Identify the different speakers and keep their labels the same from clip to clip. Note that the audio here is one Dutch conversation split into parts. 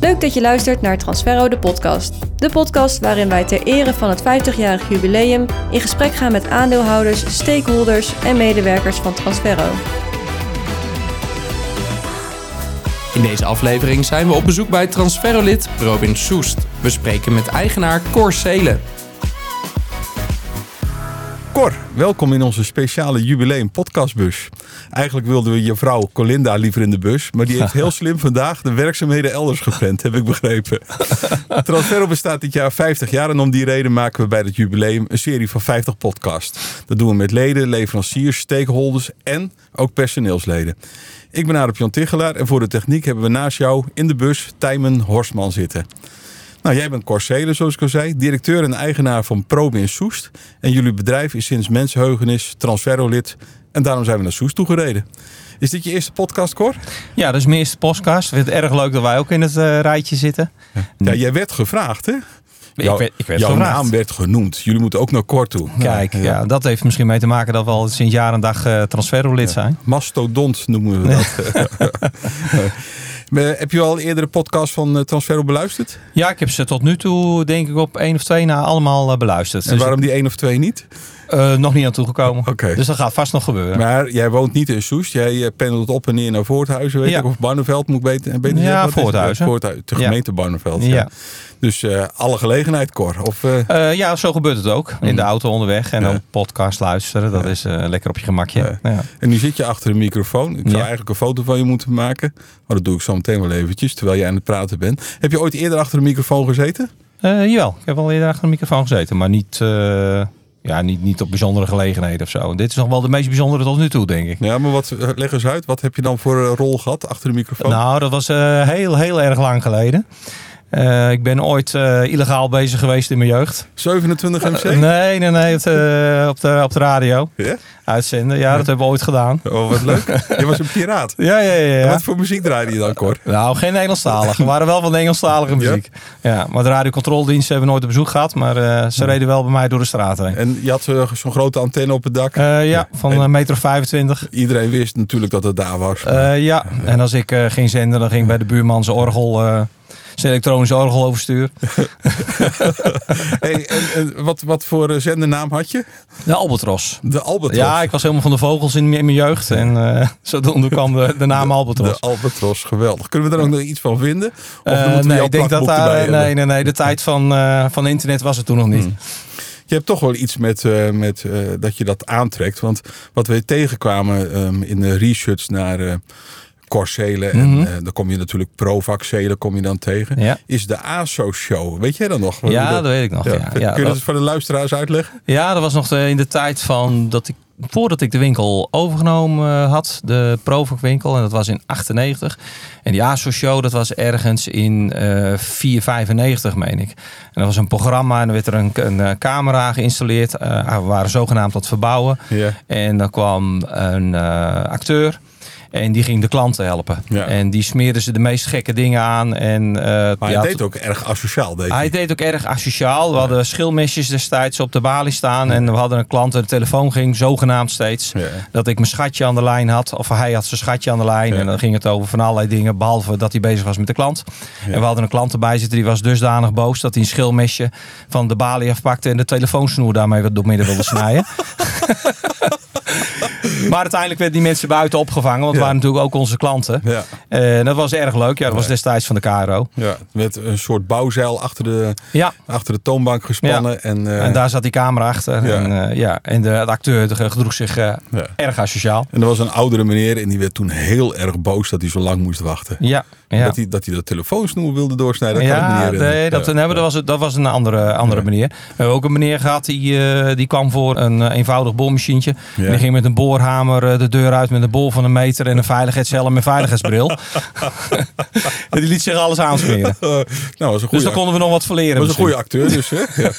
Speaker 1: Leuk dat je luistert naar Transferro de podcast. De podcast waarin wij ter ere van het 50-jarig jubileum in gesprek gaan met aandeelhouders, stakeholders en medewerkers van Transferro.
Speaker 2: In deze aflevering zijn we op bezoek bij Transferolid Robin Soest. We spreken met eigenaar Cor Seelen.
Speaker 3: Cor, welkom in onze speciale jubileum podcastbus. Eigenlijk wilden we je vrouw Colinda liever in de bus, maar die heeft heel slim vandaag de werkzaamheden elders gepland, heb ik begrepen. Transferro bestaat dit jaar 50 jaar en om die reden maken we bij het jubileum een serie van 50 podcasts. Dat doen we met leden, leveranciers, stakeholders en ook personeelsleden. Ik ben Arep Jan Tichelaar en voor de techniek hebben we naast jou in de bus Tijmen Horstman zitten. Nou, jij bent Corsele, zoals ik al zei, directeur en eigenaar van Probe in Soest. En jullie bedrijf is sinds mensheugenis Transferro-lid. En daarom zijn we naar Soest toegereden. Is dit je eerste podcast, Cor?
Speaker 4: Ja, dat is mijn eerste podcast. Ik vind het erg leuk dat wij ook in het eh, rijtje zitten.
Speaker 3: Ja, jij werd gevraagd, hè? Jouw-
Speaker 4: werd- ik werd
Speaker 3: jouw
Speaker 4: gevraagd.
Speaker 3: naam werd genoemd. Jullie moeten ook naar Cor toe.
Speaker 4: Kijk, ja. dat heeft misschien mee te maken dat we al sinds jaar en dag eh transferrolid zijn.
Speaker 3: Mastodont noemen we dat. Maar Heb je al eerder een podcast van eh, Transferro beluisterd?
Speaker 4: Ja, ik heb ze tot nu toe denk ik op één of twee na allemaal eh, beluisterd.
Speaker 3: en
Speaker 4: Dus,
Speaker 3: waarom die één of twee niet?
Speaker 4: eh, nog niet aan toegekomen.
Speaker 3: Oké.
Speaker 4: Dus dat gaat vast nog gebeuren.
Speaker 3: Maar jij woont niet in Soest. Jij eh, pendelt op en neer naar Voorthuizen. Weet
Speaker 4: Ja.
Speaker 3: ik, of Barneveld moet ik beter, beter
Speaker 4: Ja,
Speaker 3: zeggen. Wat is het?
Speaker 4: Voorthuizen.
Speaker 3: Voorthuizen, de
Speaker 4: Ja.
Speaker 3: gemeente Barneveld. Ja.
Speaker 4: Ja.
Speaker 3: Dus eh, alle gelegenheid, Cor. Of, eh,
Speaker 4: Eh, ja, zo gebeurt het ook. In de auto onderweg en dan podcast luisteren. Dat is eh, lekker op je gemakje. Nou Ja.
Speaker 3: En nu zit je achter een microfoon. Ik zou
Speaker 4: Ja.
Speaker 3: eigenlijk een foto van je moeten maken. Maar dat doe ik zo meteen wel eventjes, terwijl jij aan het praten bent. Heb je ooit eerder achter een microfoon gezeten?
Speaker 4: Eh, jawel, ik heb al eerder achter de microfoon gezeten. Maar niet, eh, ja, niet, niet op bijzondere gelegenheden of zo. Dit is nog wel de meest bijzondere tot nu toe, denk ik.
Speaker 3: Ja, maar wat, eh, leg eens uit. Wat heb je dan voor eh, rol gehad achter de microfoon?
Speaker 4: Nou, dat was eh, heel, heel erg lang geleden. Eh, ik ben ooit eh, illegaal bezig geweest in mijn jeugd.
Speaker 3: 27 MC?
Speaker 4: Nee, nee, nee. Op de, op de, op de radio
Speaker 3: Ja?
Speaker 4: uitzenden. Ja, dat hebben we ooit gedaan.
Speaker 3: Oh, wat leuk. je was een piraat.
Speaker 4: Ja, ja, ja. ja.
Speaker 3: Wat voor muziek draaide je dan, Cor?
Speaker 4: Nou, geen Nederlandstalig. We waren wel van de Engelstalige muziek. Ja. maar de radiocontroledienst hebben we nooit op bezoek gehad. Maar eh, ze reden wel bij mij door de straat heen.
Speaker 3: En je had eh, zo'n grote antenne op het dak.
Speaker 4: Eh, ja, van
Speaker 3: En-
Speaker 4: eh, meter of 25.
Speaker 3: Iedereen wist natuurlijk dat het daar was.
Speaker 4: Eh, ja, en als ik eh, ging zenden, dan ging bij de buurman zijn orgel, eh, zijn elektronische orgel overstuur.
Speaker 3: Hey, en, en wat, wat voor eh, zendernaam had je?
Speaker 4: De Albatros.
Speaker 3: De Albatros.
Speaker 4: Ja, ik was helemaal van de vogels in, in mijn jeugd. En eh zodoende kwam de, de naam
Speaker 3: de
Speaker 4: Albatros.
Speaker 3: Albatros, geweldig. Kunnen we daar ook nog iets van vinden? Of dan
Speaker 4: Eh,
Speaker 3: moeten we
Speaker 4: nee,
Speaker 3: jouw
Speaker 4: ik denk dat
Speaker 3: plakboek erbij
Speaker 4: daar,
Speaker 3: hebben? Hmm.
Speaker 4: nee, nee, nee, de tijd van, eh, van internet was het toen nog niet.
Speaker 3: Je hebt toch wel iets met, eh, met eh, dat je dat aantrekt. Want wat we tegenkwamen ehm, in de research naar eh Corselen. En eh, dan kom je natuurlijk Provaxelen kom je dan tegen.
Speaker 4: Mhm. Ja.
Speaker 3: Is de ASO-show. Weet jij dat nog?
Speaker 4: Ja,
Speaker 3: Hoe
Speaker 4: dat weet ik nog. Ja,
Speaker 3: Kun
Speaker 4: ja,
Speaker 3: je dat
Speaker 4: dat,
Speaker 3: eens voor de luisteraars uitleggen?
Speaker 4: ja, dat was nog de- in de tijd van dat ik, voordat ik de winkel overgenomen eh, had, de Provoc winkel, en dat was in 98. En die ASO show, dat was ergens in eh 495, meen ik. En dat was een programma en er werd er een, een eh, camera geïnstalleerd. Eh, we waren zogenaamd aan het verbouwen.
Speaker 3: Ja.
Speaker 4: En dan kwam een eh, acteur. En die ging de klanten helpen.
Speaker 3: Ja.
Speaker 4: En die smeerden ze de meest gekke dingen aan. En, eh,
Speaker 3: Maar
Speaker 4: ja,
Speaker 3: hij deed ook erg asociaal. Deed
Speaker 4: hij
Speaker 3: hij.
Speaker 4: deed ook erg asociaal. We hadden schilmesjes destijds op de balie staan. En we hadden een klant en de telefoon ging zogenaamd steeds.
Speaker 3: Ja.
Speaker 4: Dat ik mijn schatje aan de lijn had. Of hij had zijn schatje aan de lijn.
Speaker 3: Ja.
Speaker 4: En dan ging het over van allerlei dingen. Behalve dat hij bezig was met de klant. En we hadden een klant erbij zitten. Die was dusdanig boos dat hij een schilmesje van de balie afpakte. En de telefoonsnoer daarmee wat doormidden wilde snijden. maar uiteindelijk werden die mensen buiten opgevangen. Want het
Speaker 3: Ja.
Speaker 4: waren natuurlijk ook onze klanten. Eh,
Speaker 3: Ja.
Speaker 4: En dat was erg leuk. Ja, dat was destijds van de KRO.
Speaker 3: Ja, met een soort bouwzeil achter de,
Speaker 4: Ja.
Speaker 3: achter de toonbank gespannen.
Speaker 4: Ja.
Speaker 3: En, eh,
Speaker 4: En daar zat die camera achter.
Speaker 3: Ja.
Speaker 4: En, eh, ja. en de, de acteur de- gedroeg zich eh,
Speaker 3: Ja.
Speaker 4: erg asociaal.
Speaker 3: en er was een oudere meneer en die werd toen heel erg boos dat hij zo lang moest wachten.
Speaker 4: Ja, ja.
Speaker 3: Dat hij dat hij de telefoonsnoer wilde doorsnijden. Dat kan ik me
Speaker 4: ja,
Speaker 3: niet herinneren.
Speaker 4: nee, dat,
Speaker 3: Ja.
Speaker 4: nee, maar dat, was, het- dat was een andere, andere manier. We hebben ook een meneer gehad die, eh, die kwam voor een eh, eenvoudig boormachientje.
Speaker 3: Ja.
Speaker 4: En die ging met een boorhamer eh, de deur uit met een bol van een meter en een veiligheidshelm en veiligheidsbril. en die liet zich alles aansmeren.
Speaker 3: Eh, nou, was een
Speaker 4: Dus
Speaker 3: goede,
Speaker 4: daar konden we nog wat van leren.
Speaker 3: was een goede
Speaker 4: misschien.
Speaker 3: acteur dus. Hè? Ja.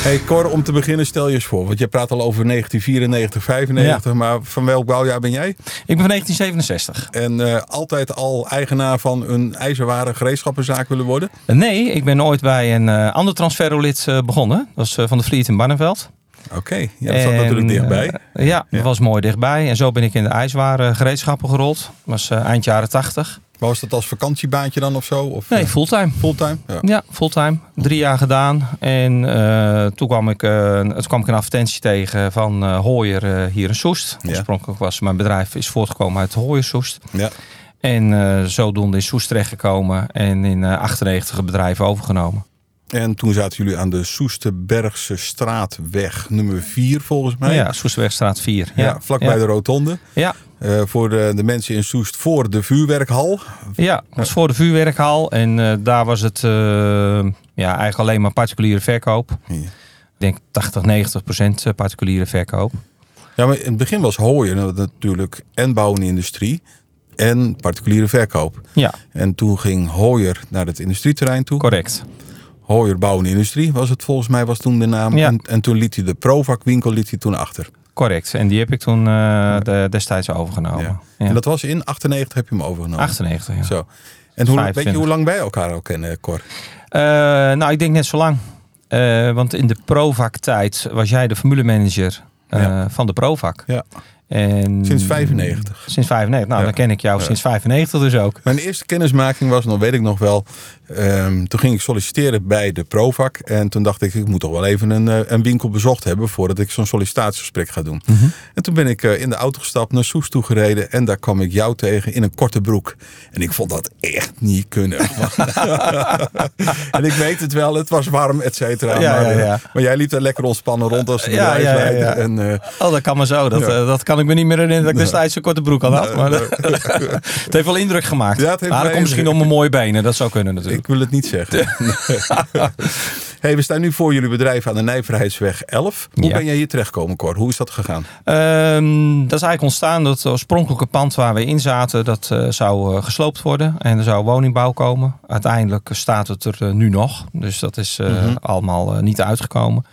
Speaker 3: Hey Cor, om te beginnen stel je eens voor. Want je praat al over 1994, 95. Maar van welk bouwjaar ben jij?
Speaker 4: Ik ben van 1967.
Speaker 3: En eh, altijd al eigenaar van een ijzerwaren gereedschappenzaak willen worden?
Speaker 4: Nee, ik ben ooit bij een eh, ander transferrolid eh, begonnen. Dat was eh, van de Vliet in Barneveld.
Speaker 3: Oké, ja, dat zat
Speaker 4: En,
Speaker 3: natuurlijk dichtbij.
Speaker 4: eh, ja, dat
Speaker 3: Ja.
Speaker 4: was mooi dichtbij. En zo ben ik in de ijswaren gereedschappen gerold. was eh, eind jaren 80.
Speaker 3: Maar was dat als vakantiebaantje dan of zo? Of,
Speaker 4: Nee,
Speaker 3: eh,
Speaker 4: fulltime.
Speaker 3: fulltime? Ja.
Speaker 4: Ja, fulltime. Drie jaar gedaan. En eh, toen, kwam ik, eh, toen kwam ik een advertentie tegen van eh Hooier eh, hier in Soest.
Speaker 3: Ja.
Speaker 4: Oorspronkelijk was mijn bedrijf is voortgekomen uit Hooier Soest.
Speaker 3: ja.
Speaker 4: En eh, zodoende is Soest terechtgekomen en in eh 98 een bedrijf overgenomen.
Speaker 3: En toen zaten jullie aan de Soesterbergse straatweg nummer 4 volgens mij.
Speaker 4: Ja, Soesterwegstraat 4.
Speaker 3: Nou Ja,
Speaker 4: Ja,
Speaker 3: vlakbij
Speaker 4: ja.
Speaker 3: de rotonde.
Speaker 4: Ja,
Speaker 3: Eh, voor de, de mensen in Soest voor de vuurwerkhal.
Speaker 4: ja, dat was voor de vuurwerkhal. En eh, daar was het eh, ja, eigenlijk alleen maar particuliere verkoop.
Speaker 3: Ja.
Speaker 4: Ik denk 80, 90 procent eh, particuliere verkoop.
Speaker 3: Ja, maar in het begin was hooien eh, natuurlijk en bouwende industrie en particuliere verkoop.
Speaker 4: Ja,
Speaker 3: En toen ging Hooier naar het industrieterrein toe.
Speaker 4: correct.
Speaker 3: Hooier Bouwende Industrie was het volgens mij was toen de naam.
Speaker 4: Ja.
Speaker 3: En, en toen liet hij de Provac-winkel liet hij toen achter.
Speaker 4: Correct. En die heb ik toen eh, de- destijds overgenomen.
Speaker 3: Ja.
Speaker 4: Ja.
Speaker 3: En dat was in 98 heb je hem overgenomen.
Speaker 4: 98, ja.
Speaker 3: Zo. En hoe, weet je
Speaker 4: 25.
Speaker 3: hoe lang wij elkaar al kennen, Cor?
Speaker 4: Eh, nou, ik denk net zo lang. Eh, want in de Provac-tijd was jij de formulemanager eh,
Speaker 3: Ja.
Speaker 4: van de Provac.
Speaker 3: Ja.
Speaker 4: En,
Speaker 3: Sinds 95.
Speaker 4: Sinds 95. Nou,
Speaker 3: Ja.
Speaker 4: dan ken ik jou sinds 95 dus ook.
Speaker 3: Mijn eerste kennismaking was, nog weet ik nog wel, ehm, toen ging ik solliciteren bij de Provac. En toen dacht ik, ik moet toch wel even een, eh, een winkel bezocht hebben voordat ik zo'n sollicitatiegesprek ga doen.
Speaker 4: Mhm.
Speaker 3: En toen ben ik eh, in de auto gestapt, naar Soes toe gereden en daar kwam ik jou tegen in een korte broek. En ik vond dat echt niet kunnen. en ik weet het wel, het was warm, et cetera.
Speaker 4: Ja,
Speaker 3: maar,
Speaker 4: ja,
Speaker 3: eh,
Speaker 4: ja.
Speaker 3: maar jij liep daar lekker ontspannen rond als de
Speaker 4: Ja, ja, ja, ja.
Speaker 3: bedrijfsleider. En, eh,
Speaker 4: Oh, dat kan maar zo. Dat,
Speaker 3: Ja.
Speaker 4: eh, dat kan ik me niet meer herinneren dat ik destijds zo'n korte broek aan had. Maar het heeft wel indruk gemaakt.
Speaker 3: Ja, het heeft
Speaker 4: maar
Speaker 3: mij
Speaker 4: dat komt misschien om
Speaker 3: indruk.
Speaker 4: mijn mooie benen. Dat zou kunnen natuurlijk.
Speaker 3: Ik wil het niet zeggen. hey, we staan nu voor jullie bedrijf aan de Nijverheidsweg 11. Hoe
Speaker 4: Ja.
Speaker 3: ben jij hier terechtgekomen, Cor? Hoe is dat gegaan?
Speaker 4: Ehm, dat is eigenlijk ontstaan dat het oorspronkelijke pand waar we in zaten, dat eh, zou eh, gesloopt worden en er zou woningbouw komen. Uiteindelijk staat het er eh, nu nog, dus dat is eh, allemaal eh, niet uitgekomen.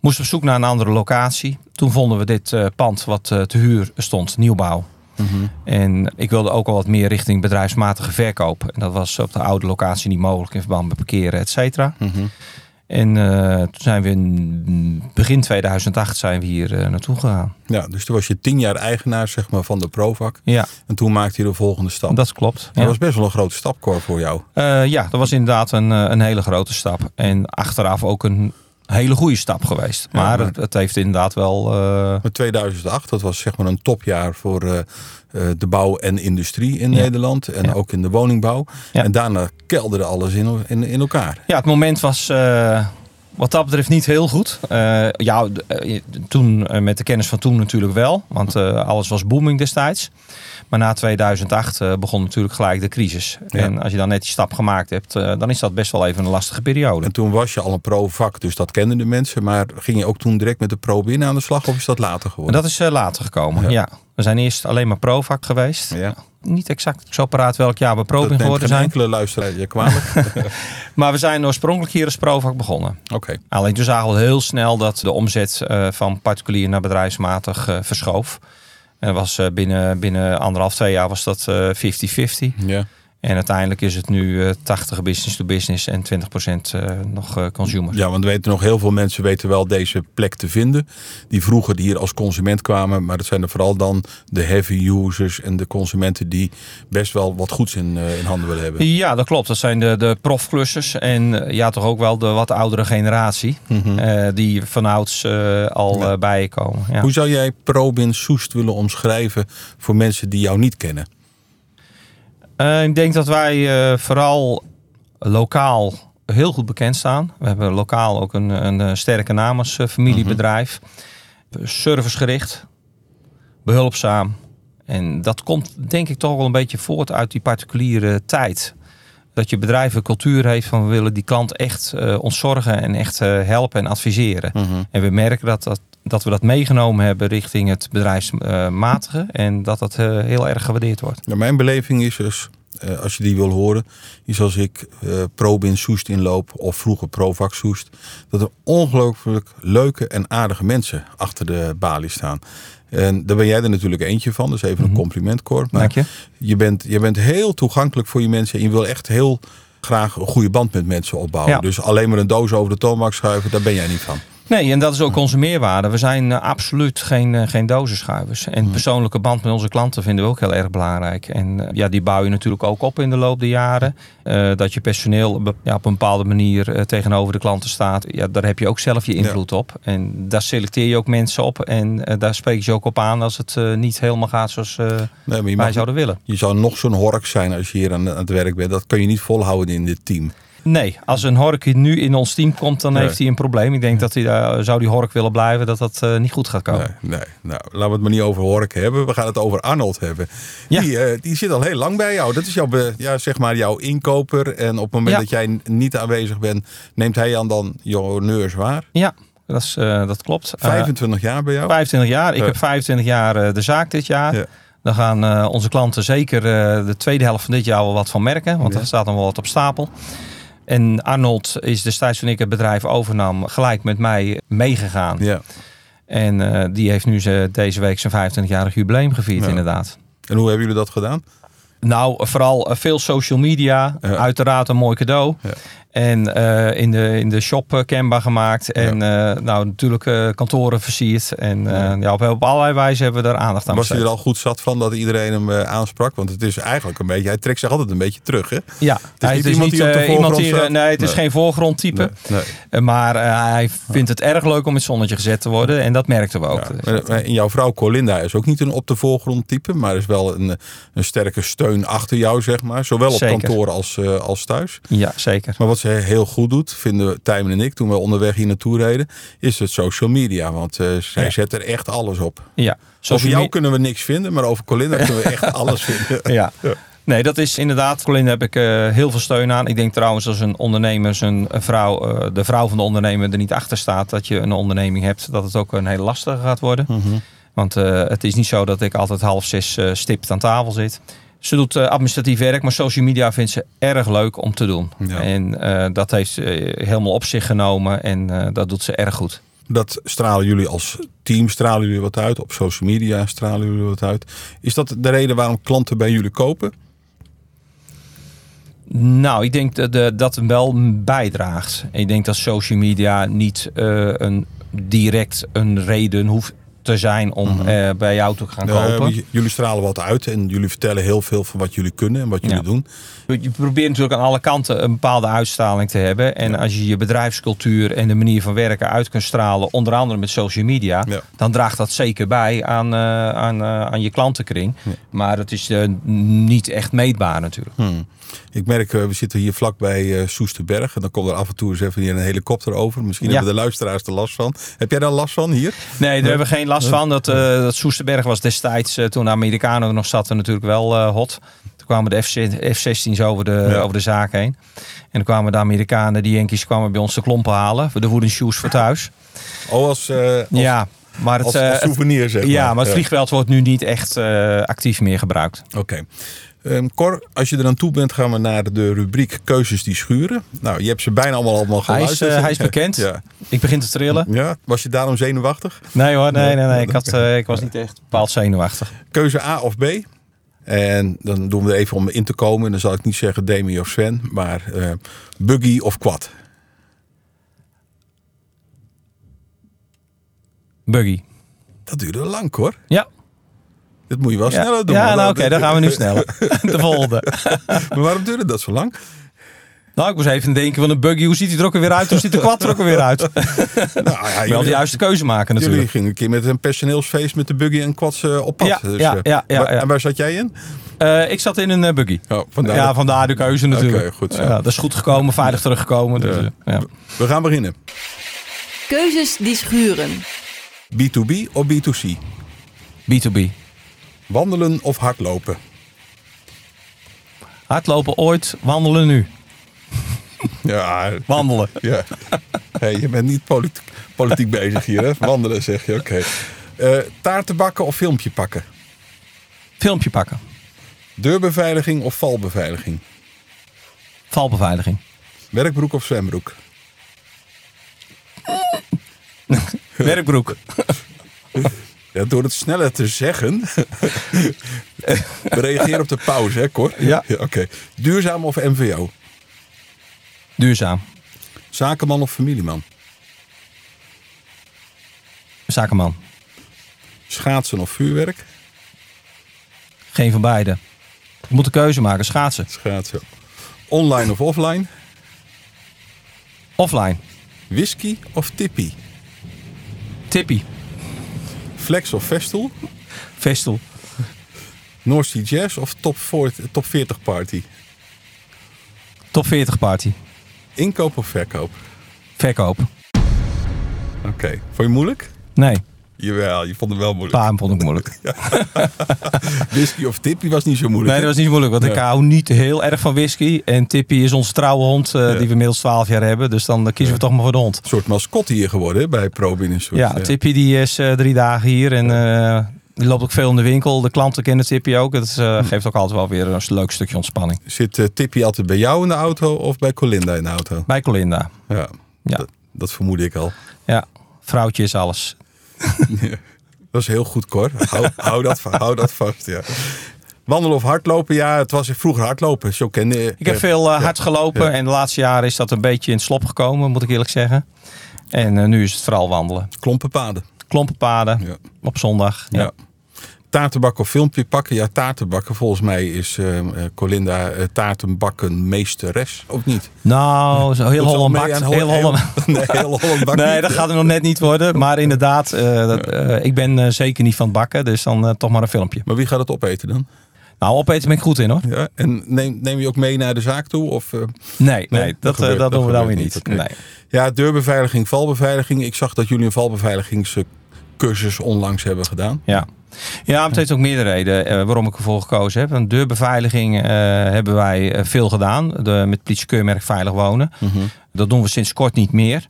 Speaker 4: Moesten op zoek naar een andere locatie. Toen vonden we dit eh, pand wat eh, te huur stond, nieuwbouw. En ik wilde ook al wat meer richting bedrijfsmatige verkoop. En dat was op de oude locatie niet mogelijk in verband met parkeren, et cetera. En eh, toen zijn we in begin 2008 zijn we hier eh, naartoe gegaan.
Speaker 3: Ja, dus toen was je tien jaar eigenaar zeg maar, van de Provac.
Speaker 4: Ja,
Speaker 3: En toen maakte je de volgende stap.
Speaker 4: dat klopt.
Speaker 3: Dat
Speaker 4: Ja.
Speaker 3: was best wel een grote stap, Cor, voor jou.
Speaker 4: Eh, ja, dat was inderdaad een, eh, een hele grote stap. En achteraf ook een hele goede stap geweest.
Speaker 3: Ja,
Speaker 4: maar
Speaker 3: maar-
Speaker 4: het, het heeft inderdaad wel... eh,
Speaker 3: Maar 2008, dat was zeg maar een topjaar voor eh, eh, de bouw en industrie in
Speaker 4: Ja.
Speaker 3: Nederland. En
Speaker 4: Ja.
Speaker 3: ook in de woningbouw.
Speaker 4: Ja.
Speaker 3: En daarna kelderde alles in, in, in elkaar.
Speaker 4: ja, het moment was eh, wat dat betreft niet heel goed. Eh, ja, d- eh, toen, eh, met de kennis van toen natuurlijk wel. Want eh, alles was booming destijds. Maar na 2008 eh, begon natuurlijk gelijk de crisis.
Speaker 3: Ja.
Speaker 4: En als je dan net die stap gemaakt hebt, eh, dan is dat best wel even een lastige periode.
Speaker 3: En toen was je al een Provac, dus dat kenden de mensen. Maar ging je ook toen direct met de Pro binnen aan de slag? Of is dat later
Speaker 4: En
Speaker 3: geworden?
Speaker 4: dat is eh, later gekomen,
Speaker 3: Ja.
Speaker 4: ja. We zijn eerst alleen maar Provac geweest.
Speaker 3: ja.
Speaker 4: niet exact zo paraat welk jaar we pro
Speaker 3: Dat
Speaker 4: ben
Speaker 3: neemt
Speaker 4: geworden
Speaker 3: geen
Speaker 4: zijn.
Speaker 3: enkele luisteraar je kwalijk.
Speaker 4: Maar we zijn oorspronkelijk hier als Provac begonnen.
Speaker 3: Oké.
Speaker 4: Alleen toen zagen we al heel snel dat de omzet eh, van particulier naar bedrijfsmatig eh, verschoof. En dat was eh, binnen, binnen anderhalf, twee jaar was dat eh, 50-50.
Speaker 3: Ja.
Speaker 4: En uiteindelijk is het nu eh, 80 business to business en 20% eh, nog eh, consumer.
Speaker 3: ja, want weten nog heel veel mensen weten wel deze plek te vinden. Die vroeger hier als consument kwamen. Maar dat zijn er vooral dan de heavy users en de consumenten die best wel wat goeds in, eh, in handen willen hebben.
Speaker 4: Ja, dat klopt. Dat zijn de, de profklussers en eh, ja, toch ook wel de wat oudere generatie.
Speaker 3: Mhm.
Speaker 4: eh, die vanouds eh, al eh, bij je komen. Ja.
Speaker 3: Hoe zou jij Probin Soest willen omschrijven voor mensen die jou niet kennen?
Speaker 4: Eh, ik denk dat wij eh, vooral lokaal heel goed bekend staan. We hebben lokaal ook een, een eh, sterke naam als eh, familiebedrijf. Servicegericht, behulpzaam. En dat komt denk ik toch wel een beetje voort uit die particuliere tijd. Dat je bedrijf een cultuur heeft van we willen die klant echt eh ontzorgen en echt eh, helpen en adviseren. En we merken dat, dat, dat we dat meegenomen hebben richting het bedrijfsmatige. en dat dat eh, heel erg gewaardeerd wordt.
Speaker 3: Ja, Nou, mijn beleving is dus, eh, als je die wil horen, is als ik eh ProBin Soest inloop of vroeger Provac Soest, dat er ongelooflijk leuke en aardige mensen achter de balie staan. En daar ben jij er natuurlijk eentje van, dus even een compliment, Cor. Maar
Speaker 4: Mhm. Dank je.
Speaker 3: Je bent, je bent heel toegankelijk voor je mensen en je wil echt heel graag een goede band met mensen opbouwen.
Speaker 4: Ja.
Speaker 3: Dus alleen maar een doos over de toonbank schuiven, daar ben jij niet van.
Speaker 4: Nee, en dat is ook onze meerwaarde. We zijn eh, absoluut geen, eh, geen dozenschuivers.
Speaker 3: Hmm.
Speaker 4: En persoonlijke band met onze klanten vinden we ook heel erg belangrijk. En eh, ja, die bouw je natuurlijk ook op in de loop der jaren. Eh, dat je personeel op een- ja, op een bepaalde manier eh, tegenover de klanten staat. Ja, daar heb je ook zelf je invloed op. En daar selecteer je ook mensen op. En eh, daar spreek je ze ook op aan als het eh, niet helemaal gaat zoals eh,
Speaker 3: Nee, maar je,
Speaker 4: wij
Speaker 3: mag,
Speaker 4: zouden willen.
Speaker 3: je zou nog zo'n hork zijn als je hier aan, aan het werk bent. Dat kan je niet volhouden in dit team.
Speaker 4: Nee, als een hork nu in ons team komt, dan
Speaker 3: Nee.
Speaker 4: heeft hij een probleem. Ik denk dat hij, daar zou die hork willen blijven, dat dat eh, niet goed gaat komen.
Speaker 3: Nee, nee. Nou, laten we het maar niet over Hork hebben. We gaan het over Arnold hebben.
Speaker 4: Ja.
Speaker 3: Die, eh, die zit al heel lang bij jou. Dat is jouw, be- ja, zeg maar jouw inkoper. En op het moment
Speaker 4: Ja.
Speaker 3: dat jij n- niet aanwezig bent, neemt hij dan, dan je honneurs waar.
Speaker 4: Ja, dat, is, eh, dat klopt. Eh,
Speaker 3: 25 jaar bij jou.
Speaker 4: 25 jaar. Ik
Speaker 3: Ja.
Speaker 4: heb 25 jaar eh, de zaak dit jaar.
Speaker 3: Ja.
Speaker 4: Dan gaan eh, onze klanten zeker eh, de tweede helft van dit jaar wel wat van merken. Want
Speaker 3: Ja.
Speaker 4: er staat dan wel wat op stapel. En Arnold is destijds toen ik het bedrijf overnam gelijk met mij meegegaan.
Speaker 3: Ja.
Speaker 4: En eh, die heeft nu ze, deze week zijn 25-jarig jubileum gevierd
Speaker 3: Ja.
Speaker 4: inderdaad.
Speaker 3: En hoe hebben jullie dat gedaan?
Speaker 4: Nou, vooral eh, veel social media.
Speaker 3: Ja.
Speaker 4: Uiteraard een mooi cadeau.
Speaker 3: Ja.
Speaker 4: En eh, in, de, in de shop eh, kenbaar gemaakt. En eh, nou, natuurlijk eh, kantoren versierd. En eh, ja. op, op allerlei wijzen hebben we daar aandacht aan
Speaker 3: Was hij
Speaker 4: besteed.
Speaker 3: er al goed zat van dat iedereen hem eh, aansprak? Want het is eigenlijk een beetje, hij trekt zich altijd een beetje terug. Hè?
Speaker 4: Ja,
Speaker 3: is
Speaker 4: hij
Speaker 3: niet
Speaker 4: is
Speaker 3: iemand die
Speaker 4: niet,
Speaker 3: op de
Speaker 4: eh, iemand
Speaker 3: voorgrond
Speaker 4: die... eh,
Speaker 3: staat?
Speaker 4: nee, het is
Speaker 3: Nee.
Speaker 4: geen voorgrondtype.
Speaker 3: Nee.
Speaker 4: Eh, Maar eh, hij vindt het erg leuk om in het zonnetje gezet te worden. En dat merkten we ook.
Speaker 3: Ja,
Speaker 4: Dus-
Speaker 3: maar- maar En jouw vrouw Colinda is ook niet een op de voorgrond type, maar is wel een, een sterke steun achter jou, zeg maar. Zowel op
Speaker 4: Zeker.
Speaker 3: kantoor als, eh, als thuis.
Speaker 4: ja, zeker.
Speaker 3: Maar wat ze heel goed doet, vinden Tijmen en ik toen we onderweg hier naartoe reden, is het social media. Want eh, zij
Speaker 4: Ja.
Speaker 3: zet er echt alles op.
Speaker 4: Ja.
Speaker 3: Over
Speaker 4: Social
Speaker 3: jou
Speaker 4: me-
Speaker 3: kunnen we niks vinden, maar over Colinda kunnen we echt alles vinden.
Speaker 4: Ja. Nee, dat is inderdaad. Colin heb ik eh, heel veel steun aan. Ik denk trouwens als een ondernemer, zijn vrouw, eh, de vrouw van de ondernemer er niet achter staat dat je een onderneming hebt, dat het ook een hele lastige gaat worden. Want eh, het is niet zo dat ik altijd half zes eh, stipt aan tafel zit. Ze doet eh, administratief werk, maar social media vindt ze erg leuk om te doen.
Speaker 3: Ja.
Speaker 4: En eh, dat heeft ze eh, helemaal op zich genomen en eh, dat doet ze erg goed.
Speaker 3: Dat stralen jullie als team, stralen jullie wat uit. Op social media stralen jullie wat uit. Is dat de reden waarom klanten bij jullie kopen?
Speaker 4: Nou, ik denk dat eh, dat hem wel bijdraagt. Ik denk dat social media niet eh, een, direct een reden hoeft te zijn om eh, bij jou te gaan
Speaker 3: Eh,
Speaker 4: kopen.
Speaker 3: j- jullie stralen wat uit en jullie vertellen heel veel van wat jullie kunnen en wat jullie
Speaker 4: Ja.
Speaker 3: doen.
Speaker 4: Je probeert natuurlijk aan alle kanten een bepaalde uitstraling te hebben. En als je je bedrijfscultuur en de manier van werken uit kunt stralen, onder andere met social media,
Speaker 3: Ja.
Speaker 4: dan draagt dat zeker bij aan, eh, aan, eh, aan je klantenkring. Maar het is eh, niet echt meetbaar natuurlijk.
Speaker 3: Ik merk, eh, we zitten hier vlakbij eh Soesterberg. En dan komt er af en toe eens even hier een helikopter over. Misschien
Speaker 4: Ja.
Speaker 3: hebben de luisteraars er last van. Heb jij daar last van hier?
Speaker 4: Nee, daar hebben we geen last van. Dat, eh, dat Soesterberg was destijds, eh, toen de Amerikanen er nog zaten, natuurlijk wel eh, hot. Toen kwamen de F- F-16's over de,
Speaker 3: Ja.
Speaker 4: over de zaak heen. En toen kwamen de Amerikanen, die Yankees, kwamen bij ons de klompen halen. Voor de wooden shoes voor thuis.
Speaker 3: Oh, als, eh, als,
Speaker 4: ja, maar het,
Speaker 3: als,
Speaker 4: eh,
Speaker 3: als
Speaker 4: het-
Speaker 3: souvenir zeg maar.
Speaker 4: ja, maar het
Speaker 3: Ja.
Speaker 4: vliegveld wordt nu niet echt eh, actief meer gebruikt.
Speaker 3: Oké. Ehm, Cor, als je er aan toe bent, gaan we naar de rubriek Keuzes die schuren. Nou, je hebt ze bijna allemaal allemaal
Speaker 4: Hij is,
Speaker 3: geluisterd.
Speaker 4: eh, hij is bekend.
Speaker 3: Ja.
Speaker 4: Ik begin te trillen.
Speaker 3: ja. Was je daarom zenuwachtig?
Speaker 4: Nee hoor, nee, nee, nee. Ik, had, eh, ik was niet echt bepaald zenuwachtig.
Speaker 3: keuze A of B. En dan doen we er even om in te komen. Dan zal ik niet zeggen Demi of Sven, maar eh, Buggy of Quad.
Speaker 4: Buggy.
Speaker 3: Dat duurde lang hoor.
Speaker 4: Ja.
Speaker 3: Dat moet je wel
Speaker 4: Ja,
Speaker 3: sneller doen.
Speaker 4: ja
Speaker 3: hoor.
Speaker 4: nou oké, dan gaan we nu sneller. De volgende.
Speaker 3: Maar waarom duurde dat zo lang?
Speaker 4: Nou, ik moest even denken van een buggy. Hoe ziet hij er ook weer uit? Hoe ziet de kwad er ook weer uit?
Speaker 3: Nou, ja,
Speaker 4: Wel de
Speaker 3: jullie-
Speaker 4: juiste keuze maken
Speaker 3: Jullie
Speaker 4: natuurlijk.
Speaker 3: gingen een keer met een personeelsfeest met de Buggy en Quads eh, op pad.
Speaker 4: Ja,
Speaker 3: Dus,
Speaker 4: ja,
Speaker 3: eh,
Speaker 4: ja, ja,
Speaker 3: waar-
Speaker 4: ja.
Speaker 3: En waar zat jij in?
Speaker 4: Eh, ik zat in een eh, buggy.
Speaker 3: Oh, vandaar
Speaker 4: ja,
Speaker 3: dat-
Speaker 4: vandaar de keuze natuurlijk.
Speaker 3: Oké, goed zo.
Speaker 4: Ja, dat is goed gekomen, veilig teruggekomen. Dus, eh, ja.
Speaker 3: We gaan beginnen.
Speaker 1: Keuzes die schuren.
Speaker 3: B2B of B2C?
Speaker 4: B2B.
Speaker 3: Wandelen of hardlopen?
Speaker 4: Hardlopen ooit, wandelen nu.
Speaker 3: Ja,
Speaker 4: Wandelen.
Speaker 3: Ja. Hey, je bent niet politiek, politiek bezig hier, hè? Wandelen zeg je, oké. Eh, taarten bakken of filmpje pakken?
Speaker 4: Filmpje pakken.
Speaker 3: Deurbeveiliging of valbeveiliging?
Speaker 4: Valbeveiliging.
Speaker 3: Werkbroek of zwembroek?
Speaker 4: Werkbroek.
Speaker 3: Ja, door het sneller te zeggen. We reageren op de pauze, hè, Cor?
Speaker 4: Ja.
Speaker 3: oké. Duurzaam of MVO?
Speaker 4: Duurzaam.
Speaker 3: Zakenman of familieman?
Speaker 4: zakenman.
Speaker 3: Schaatsen of vuurwerk?
Speaker 4: Geen van beide. Je moet een keuze maken. Schaatsen.
Speaker 3: Schaatsen. Online of offline?
Speaker 4: Offline.
Speaker 3: Whisky of tippie?
Speaker 4: Tippie.
Speaker 3: Flex of Vestel?
Speaker 4: Vestel.
Speaker 3: North Sea Jazz of top, 40 top 40 Party?
Speaker 4: Top 40 party.
Speaker 3: Inkoop of verkoop?
Speaker 4: Verkoop.
Speaker 3: Oké. Vond je het moeilijk?
Speaker 4: Nee.
Speaker 3: Jawel, je vond het wel moeilijk.
Speaker 4: Paam vond ik moeilijk.
Speaker 3: Whisky of tippie was niet zo
Speaker 4: Nee,
Speaker 3: moeilijk.
Speaker 4: dat
Speaker 3: hè?
Speaker 4: was niet zo moeilijk. Want ik
Speaker 3: Ja.
Speaker 4: hou niet heel erg van whisky. En Tippy is onze trouwe hond eh, die we inmiddels 12 jaar hebben. Dus dan eh, kiezen we toch maar voor de hond.
Speaker 3: Een soort mascotte hier geworden hè, bij Probin en soort.
Speaker 4: Ja, Tippy die is eh, drie dagen hier en eh, die loopt ook veel in de winkel. De klanten kennen Tippy ook. Dat
Speaker 3: Hm.
Speaker 4: eh, geeft ook altijd wel weer een leuk stukje ontspanning.
Speaker 3: Zit eh, Tippie altijd bij jou in de auto of bij Colinda in de auto?
Speaker 4: Bij Colinda.
Speaker 3: Ja,
Speaker 4: Ja.
Speaker 3: Dat, dat vermoedde ik al.
Speaker 4: Ja, vrouwtje is alles.
Speaker 3: Dat is heel goed, Cor. Hou, hou, dat, va- hou dat vast, ja. Wandelen of hardlopen? Ja, het was vroeger hardlopen. Zo kende
Speaker 4: Ik heb veel eh, hard gelopen
Speaker 3: Ja.
Speaker 4: en de laatste jaren is dat een beetje in het slop gekomen, moet ik eerlijk zeggen. En eh, nu is het vooral wandelen.
Speaker 3: klompenpaden.
Speaker 4: Klompenpaden
Speaker 3: Ja.
Speaker 4: op zondag. Ja.
Speaker 3: Ja. Taartenbak of filmpje pakken? Ja, taartenbakken. Volgens mij is eh, eh, Colinda eh, taartenbakken meesteres, of niet?
Speaker 4: Nou, zo heel
Speaker 3: Doet ze al
Speaker 4: Holland
Speaker 3: mee
Speaker 4: bakt.
Speaker 3: aan
Speaker 4: Heel Holland.
Speaker 3: Nee, heel Holland bakt
Speaker 4: Nee,
Speaker 3: niet,
Speaker 4: dat
Speaker 3: hè?
Speaker 4: gaat er nog net niet worden. Maar inderdaad, eh, dat, eh, ik ben eh, zeker niet van het bakken. Dus dan eh, toch maar een filmpje.
Speaker 3: Maar wie gaat het opeten dan?
Speaker 4: Nou, opeten ben ik goed in hoor.
Speaker 3: Ja, en neem, neem je ook mee naar de zaak toe? Of, eh,
Speaker 4: Nee, nee,
Speaker 3: Nee, dat
Speaker 4: dat, eh,
Speaker 3: gebeurt-
Speaker 4: dat doen we
Speaker 3: dat
Speaker 4: dan weer
Speaker 3: gebeurt
Speaker 4: niet.
Speaker 3: niet, oké.
Speaker 4: Nee.
Speaker 3: ja, deurbeveiliging, valbeveiliging. Ik zag dat jullie een valbeveiligingscursus onlangs hebben gedaan.
Speaker 4: Ja. ja, maar het heeft ook meerdere redenen eh, waarom ik ervoor gekozen heb. Een deurbeveiliging eh, hebben wij eh, veel gedaan. De, met politiekeurmerk Veilig Wonen.
Speaker 3: Mhm.
Speaker 4: Dat doen we sinds kort niet meer.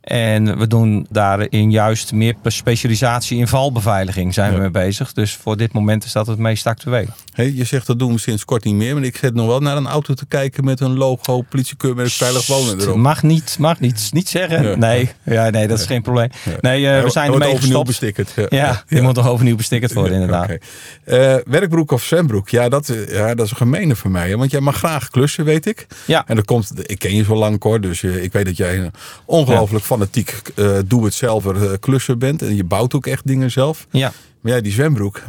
Speaker 4: En we doen daarin juist meer specialisatie in valbeveiliging zijn we mee bezig. Dus voor dit moment is dat het meest actueel.
Speaker 3: Hé, je zegt dat doen we sinds kort niet meer. Maar ik zit nog wel naar een auto te kijken met een logo, politiekeurmerk, veilig wonen
Speaker 4: Sst,
Speaker 3: erop.
Speaker 4: Mag niet, mag niet, niet zeggen.
Speaker 3: Ja.
Speaker 4: Nee, ja, nee, dat is geen probleem. Nee, eh, we zijn
Speaker 3: Wordt
Speaker 4: ermee
Speaker 3: overnieuw
Speaker 4: gestopt.
Speaker 3: bestickerd. Ja,
Speaker 4: Ja, je moet er overnieuw bestickerd worden inderdaad.
Speaker 3: Oké. Eh, werkbroek of zwembroek? Ja dat, eh, ja, dat is een gemene voor mij. hè, Want jij mag graag klussen, weet ik.
Speaker 4: Ja.
Speaker 3: En dat komt, ik ken je zo lang, hoor. Dus eh, ik weet dat jij een ongelooflijk fanatiek eh doe-het-zelver eh, klusser bent. En je bouwt ook echt dingen zelf.
Speaker 4: Ja.
Speaker 3: Maar ja, die zwembroek.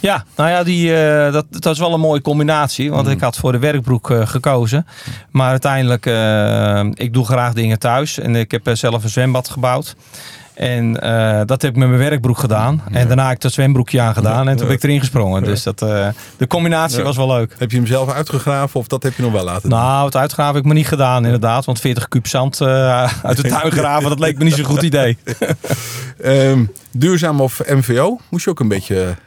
Speaker 4: Ja, nou ja, die, eh, dat, dat is wel een mooie combinatie.
Speaker 3: Mm.
Speaker 4: Want ik had voor de werkbroek eh, gekozen. Maar uiteindelijk, eh, ik doe graag dingen thuis. En ik heb eh, zelf een zwembad gebouwd. En eh, dat heb ik met mijn werkbroek gedaan. En daarna heb ik dat zwembroekje aangedaan. En toen ben ik erin gesprongen. Dus dat, eh, de combinatie
Speaker 3: Ja.
Speaker 4: was wel leuk.
Speaker 3: Heb je hem zelf uitgegraven of dat heb je nog wel laten doen?
Speaker 4: Nou, het uitgraven heb ik me niet gedaan inderdaad. Want 40 kuub zand eh, uit de tuin graven, dat leek me niet zo'n goed idee.
Speaker 3: Ehm, duurzaam of MVO? Moest je ook een beetje...
Speaker 4: Nee,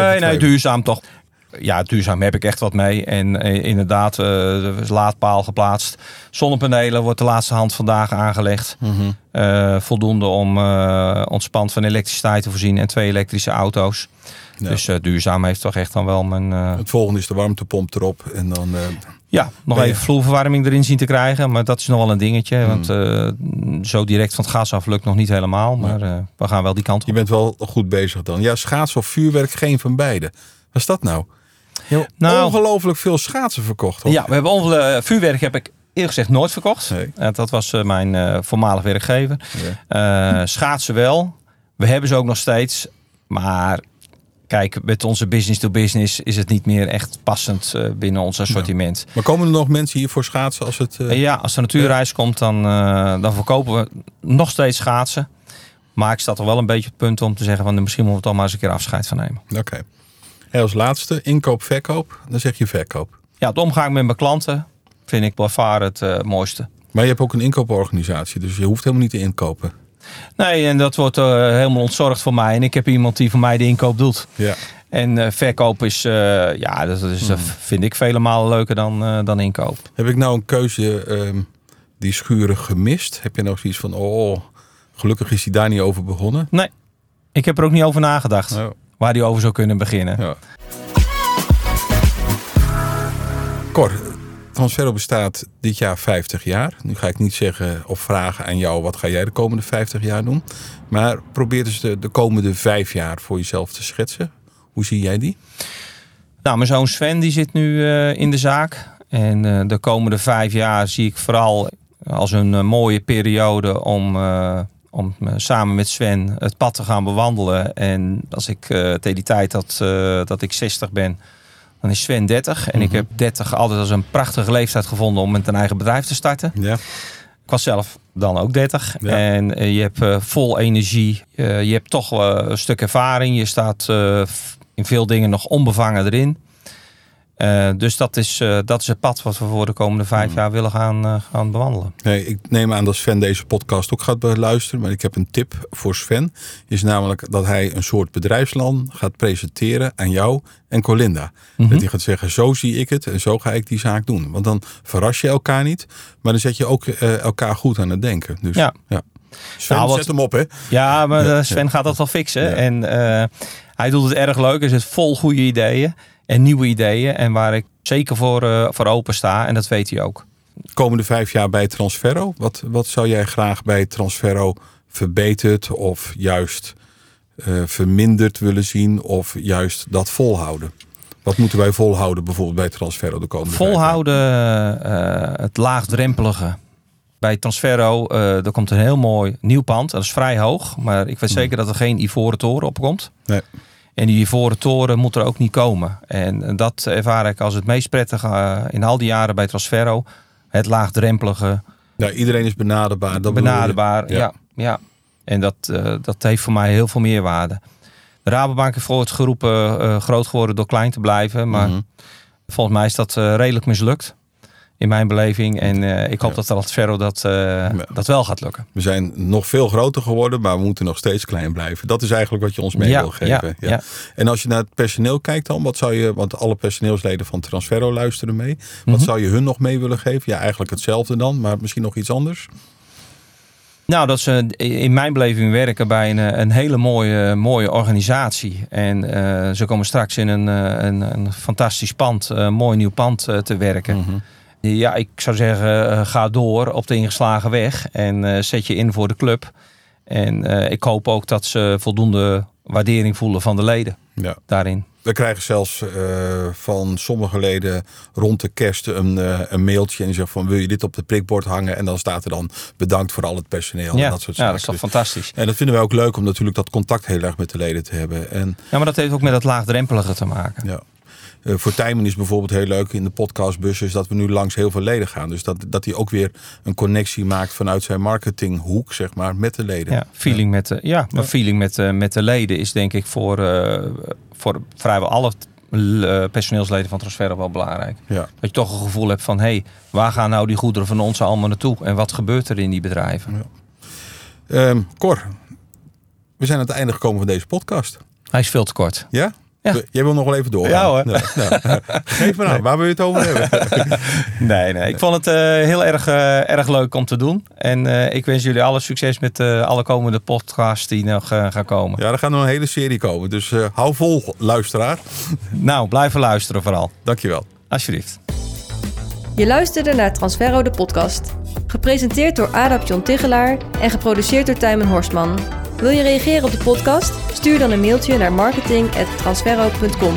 Speaker 4: nee,
Speaker 3: Overtuigen.
Speaker 4: duurzaam toch. Ja, duurzaam heb ik echt wat mee. En eh, inderdaad, eh, er is laadpaal geplaatst. Zonnepanelen wordt de laatste hand vandaag aangelegd.
Speaker 3: Mhm.
Speaker 4: Eh, voldoende om eh ontspand van elektriciteit te voorzien en twee elektrische auto's.
Speaker 3: Ja.
Speaker 4: Dus eh, duurzaam heeft toch echt dan wel mijn... eh,
Speaker 3: Het volgende is de warmtepomp erop. En dan, eh,
Speaker 4: ja, nog
Speaker 3: Ben je- Hmm.
Speaker 4: even vloerverwarming erin zien te krijgen. Maar dat is nog wel een dingetje. Want eh, zo direct van het gas af lukt nog niet helemaal. Maar eh, we gaan wel die kant
Speaker 3: je
Speaker 4: op.
Speaker 3: bent wel goed bezig dan. Ja, schaatsen of vuurwerk, geen van beide. Wat is dat nou?
Speaker 4: Nou,
Speaker 3: Ongelooflijk veel schaatsen verkocht. Hoor.
Speaker 4: Ja, we hebben onge- eh, vuurwerk heb ik eerlijk gezegd nooit verkocht.
Speaker 3: Nee.
Speaker 4: Eh, dat was eh, mijn eh, voormalig werkgever. Eh, schaatsen wel. We hebben ze ook nog steeds. Maar kijk, met onze business to business is het niet meer echt passend eh, binnen ons assortiment.
Speaker 3: Maar komen er nog mensen hier voor schaatsen als het... eh,
Speaker 4: Eh, ja, als er natuurreis komt, dan, eh, dan verkopen we nog steeds schaatsen. Maar ik sta toch wel een beetje op het punt om te zeggen van nou, misschien moeten we toch maar eens een keer afscheid van nemen.
Speaker 3: Oké. En als laatste, inkoop, verkoop. Dan zeg je verkoop.
Speaker 4: Ja, het omgang met mijn klanten vind ik bij far het eh, mooiste.
Speaker 3: Maar je hebt ook een inkooporganisatie, dus je hoeft helemaal niet te inkopen.
Speaker 4: Nee, en dat wordt eh, helemaal ontzorgd voor mij. En ik heb iemand die voor mij de inkoop doet.
Speaker 3: Ja.
Speaker 4: En eh, verkoop is, eh, ja, dat, is, dat vind ik vele malen leuker dan, eh, dan inkoop.
Speaker 3: Heb ik nou een keuze ehm, die schurig gemist? Heb je nou zoiets van, oh, gelukkig is hij daar niet over begonnen?
Speaker 4: Nee, ik heb er ook niet over nagedacht waar die over zou kunnen beginnen.
Speaker 3: Oh, Ja. Cor, Transferro bestaat dit jaar 50 jaar. Nu ga ik niet zeggen of vragen aan jou, wat ga jij de komende 50 jaar doen? Maar probeer dus de, de komende vijf jaar voor jezelf te schetsen. Hoe zie jij die?
Speaker 4: Nou, mijn zoon Sven die zit nu eh, in de zaak. En eh, de komende vijf jaar zie ik vooral als een eh, mooie periode om eh, om eh, samen met Sven het pad te gaan bewandelen. En als ik eh, tegen die tijd dat, eh, dat ik 60 ben, dan is Sven 30. En ik heb 30 altijd als een prachtige leeftijd gevonden om met een eigen bedrijf te starten.
Speaker 3: Ja.
Speaker 4: Ik was zelf dan ook 30.
Speaker 3: Ja.
Speaker 4: En eh, je hebt eh, vol energie. Eh, je hebt toch eh, een stuk ervaring. Je staat eh, f- in veel dingen nog onbevangen erin. Eh, dus dat is, eh, dat is het pad wat we voor de komende vijf
Speaker 3: Mm.
Speaker 4: jaar willen gaan, eh, gaan bewandelen.
Speaker 3: Nee, ik neem aan dat Sven deze podcast ook gaat beluisteren. Maar ik heb een tip voor Sven. Is namelijk dat hij een soort bedrijfsplan gaat presenteren aan jou en Colinda.
Speaker 4: Mhm.
Speaker 3: Dat hij gaat zeggen, zo zie ik het en zo ga ik die zaak doen. Want dan verras je elkaar niet. Maar dan zet je ook eh, elkaar goed aan het denken. Dus, ja.
Speaker 4: Ja.
Speaker 3: Sven,
Speaker 4: Nou, wat-
Speaker 3: zet hem op hè.
Speaker 4: Ja, maar eh, Sven gaat dat wel fixen.
Speaker 3: Ja.
Speaker 4: En eh, hij doet het erg leuk. Er zit vol goede ideeën en nieuwe ideeën. En waar ik zeker voor, eh, voor open sta. En dat weet hij ook.
Speaker 3: komende vijf jaar bij Transferro? Wat, wat zou jij graag bij Transferro verbeterd of juist eh, verminderd willen zien? Of juist dat volhouden? Wat moeten wij volhouden bijvoorbeeld bij Transferro de komende vijf jaar?
Speaker 4: Volhouden eh, het laagdrempelige. Bij Transferro eh er komt een heel mooi nieuw pand. Dat is vrij hoog. Maar ik weet zeker dat er geen ivoren toren opkomt.
Speaker 3: Nee.
Speaker 4: En die ivoren toren moet er ook niet komen. En eh, dat ervaar ik als het meest prettige eh, in al die jaren bij Transferro. Het laagdrempelige,
Speaker 3: Nou, iedereen is benaderbaar. Dat bedoel je.
Speaker 4: benaderbaar.
Speaker 3: Ja.
Speaker 4: Ja. Ja, En dat, eh, dat heeft voor mij heel veel meerwaarde. De Rabobank heeft voor het geroepen eh, groot geworden door klein te blijven. Maar
Speaker 3: Mhm.
Speaker 4: volgens mij is dat eh, redelijk mislukt. In mijn beleving. En eh, ik hoop
Speaker 3: Ja.
Speaker 4: dat Transferro dat, eh, dat wel gaat lukken.
Speaker 3: We zijn nog veel groter geworden, maar we moeten nog steeds klein blijven. Dat is eigenlijk wat je ons mee
Speaker 4: Ja,
Speaker 3: wil geven.
Speaker 4: ja, ja.
Speaker 3: En als je naar het personeel kijkt dan, wat zou je, want alle personeelsleden van Transferro luisteren mee. Wat
Speaker 4: Mhm.
Speaker 3: zou je hun nog mee willen geven? Ja, eigenlijk hetzelfde dan, maar misschien nog iets anders.
Speaker 4: Nou, dat ze in mijn beleving werken bij een, eh, een hele mooie, mooie organisatie. En eh, ze komen straks in een, eh, een, een fantastisch pand, een mooi nieuw pand eh, te werken.
Speaker 3: Mhm.
Speaker 4: Ja, ik zou zeggen, eh, ga door op de ingeslagen weg en eh, zet je in voor de club. En eh, ik hoop ook dat ze voldoende waardering voelen van de leden
Speaker 3: Ja.
Speaker 4: daarin.
Speaker 3: We krijgen zelfs eh, van sommige leden rond de kerst een, eh, een mailtje. En die zegt van wil je dit op de prikbord hangen? En dan staat er dan bedankt voor al het personeel.
Speaker 4: Ja,
Speaker 3: en
Speaker 4: dat,
Speaker 3: dat soort
Speaker 4: ja,
Speaker 3: zaken.
Speaker 4: dat is toch
Speaker 3: Dus-
Speaker 4: fantastisch.
Speaker 3: en dat vinden wij ook leuk om natuurlijk dat contact heel erg met de leden te hebben. En
Speaker 4: Ja, maar dat heeft ook met dat laagdrempelige te maken.
Speaker 3: ja. eh, voor Tijmen is bijvoorbeeld heel leuk in de podcastbus is dat we nu langs heel veel leden gaan. Dus dat, dat hij ook weer een connectie maakt vanuit zijn marketinghoek, zeg maar, met de leden.
Speaker 4: Ja, feeling met de, ja, maar feeling met, de- met de leden is denk ik voor, eh, voor vrijwel alle eh, personeelsleden van Transferro wel belangrijk.
Speaker 3: Ja.
Speaker 4: Dat je toch een gevoel hebt van, hé, hey, waar gaan nou die goederen van ons allemaal naartoe? En wat gebeurt er in die bedrijven?
Speaker 3: Ehm, Cor, we zijn aan het einde gekomen van deze podcast.
Speaker 4: Hij is veel te kort.
Speaker 3: Ja?
Speaker 4: Ja.
Speaker 3: Jij wil nog wel even door.
Speaker 4: Ja, hoor.
Speaker 3: Geef maar aan, waar wil je het over hebben?
Speaker 4: Nee, nee. Ik vond het eh, heel erg, eh, erg leuk om te doen. En eh, ik wens jullie alle succes met eh, alle komende podcasts die nog eh, gaan komen.
Speaker 3: ja, er gaat nog een hele serie komen. Dus eh, hou vol, luisteraar.
Speaker 4: Nou, blijven luisteren vooral.
Speaker 3: Dankjewel.
Speaker 4: Alsjeblieft.
Speaker 1: Je luisterde naar Transferro de podcast. Gepresenteerd door Adap John Tichelaar en geproduceerd door Tijmen Horstman. Wil je reageren op de podcast? Stuur dan een mailtje naar marketing.transferro.com.